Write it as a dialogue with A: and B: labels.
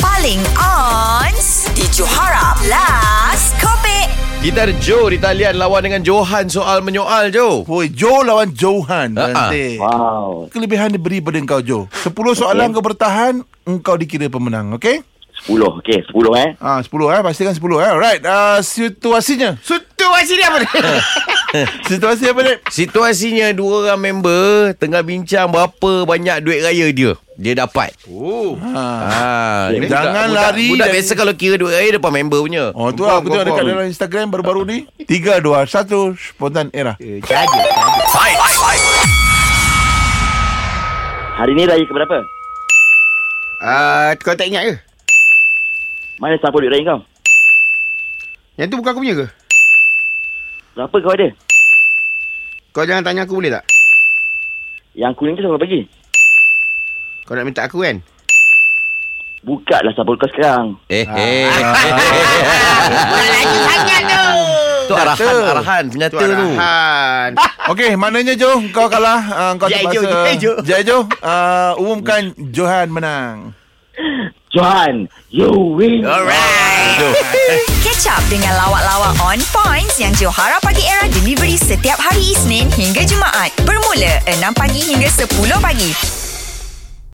A: paling on di Johara Plus Kopi.
B: Kita ada Joe di talian lawan dengan Johan soal menyoal Joe.
C: Woi, Joe lawan Johan
B: Ha-ha.
D: Ah,
C: nanti.
E: Wow.
C: Kelebihan dia beri pada engkau Joe. 10 soalan kau bertahan, engkau dikira pemenang, okey?
E: Sepuluh. Okey, sepuluh eh.
C: Ah, 10 eh, pastikan 10 eh. Alright, ah, situasinya.
D: Situasi dia apa ni?
C: Situasi apa, Dek?
B: Situasinya dua orang member tengah bincang berapa banyak duit raya dia. Dia dapat.
D: Oh.
C: Ah.
B: Ha, ni budak-
C: Jangan lari
B: Budak, budak
C: dari-
B: biasa kalau kira duit raya depan member punya.
C: Oh, tu lah, aku tengok dekat dalam Instagram baru-baru ni. 3, 2, 1, spontan era.
E: Hari ni raya keberapa?
D: Ah, kau tak ingat ke?
E: Mana sampul duit raya kau?
D: Yang tu bukan aku punya ke?
E: Berapa kau ada?
D: Kau jangan tanya aku boleh tak?
E: Yang kuning tu siapa bagi?
D: Kau nak minta aku kan?
E: Buka lah sampul kau sekarang.
B: Eh, eh. Tu arahan, arahan
D: Tu
B: penyata tu.
D: arahan. Ah,
C: Okey, maknanya Joe, kau kalah. Ah, kau
D: Jai Joe,
C: terpaksa.
D: Jai Joe.
C: Jai Joe. Ah, umumkan Johan menang.
E: Johan, you win.
A: Catch up dengan lawak-lawak on points yang Johara Pagi Era delivery setiap hari Isnin hingga Jumaat bermula 6 pagi hingga 10 pagi.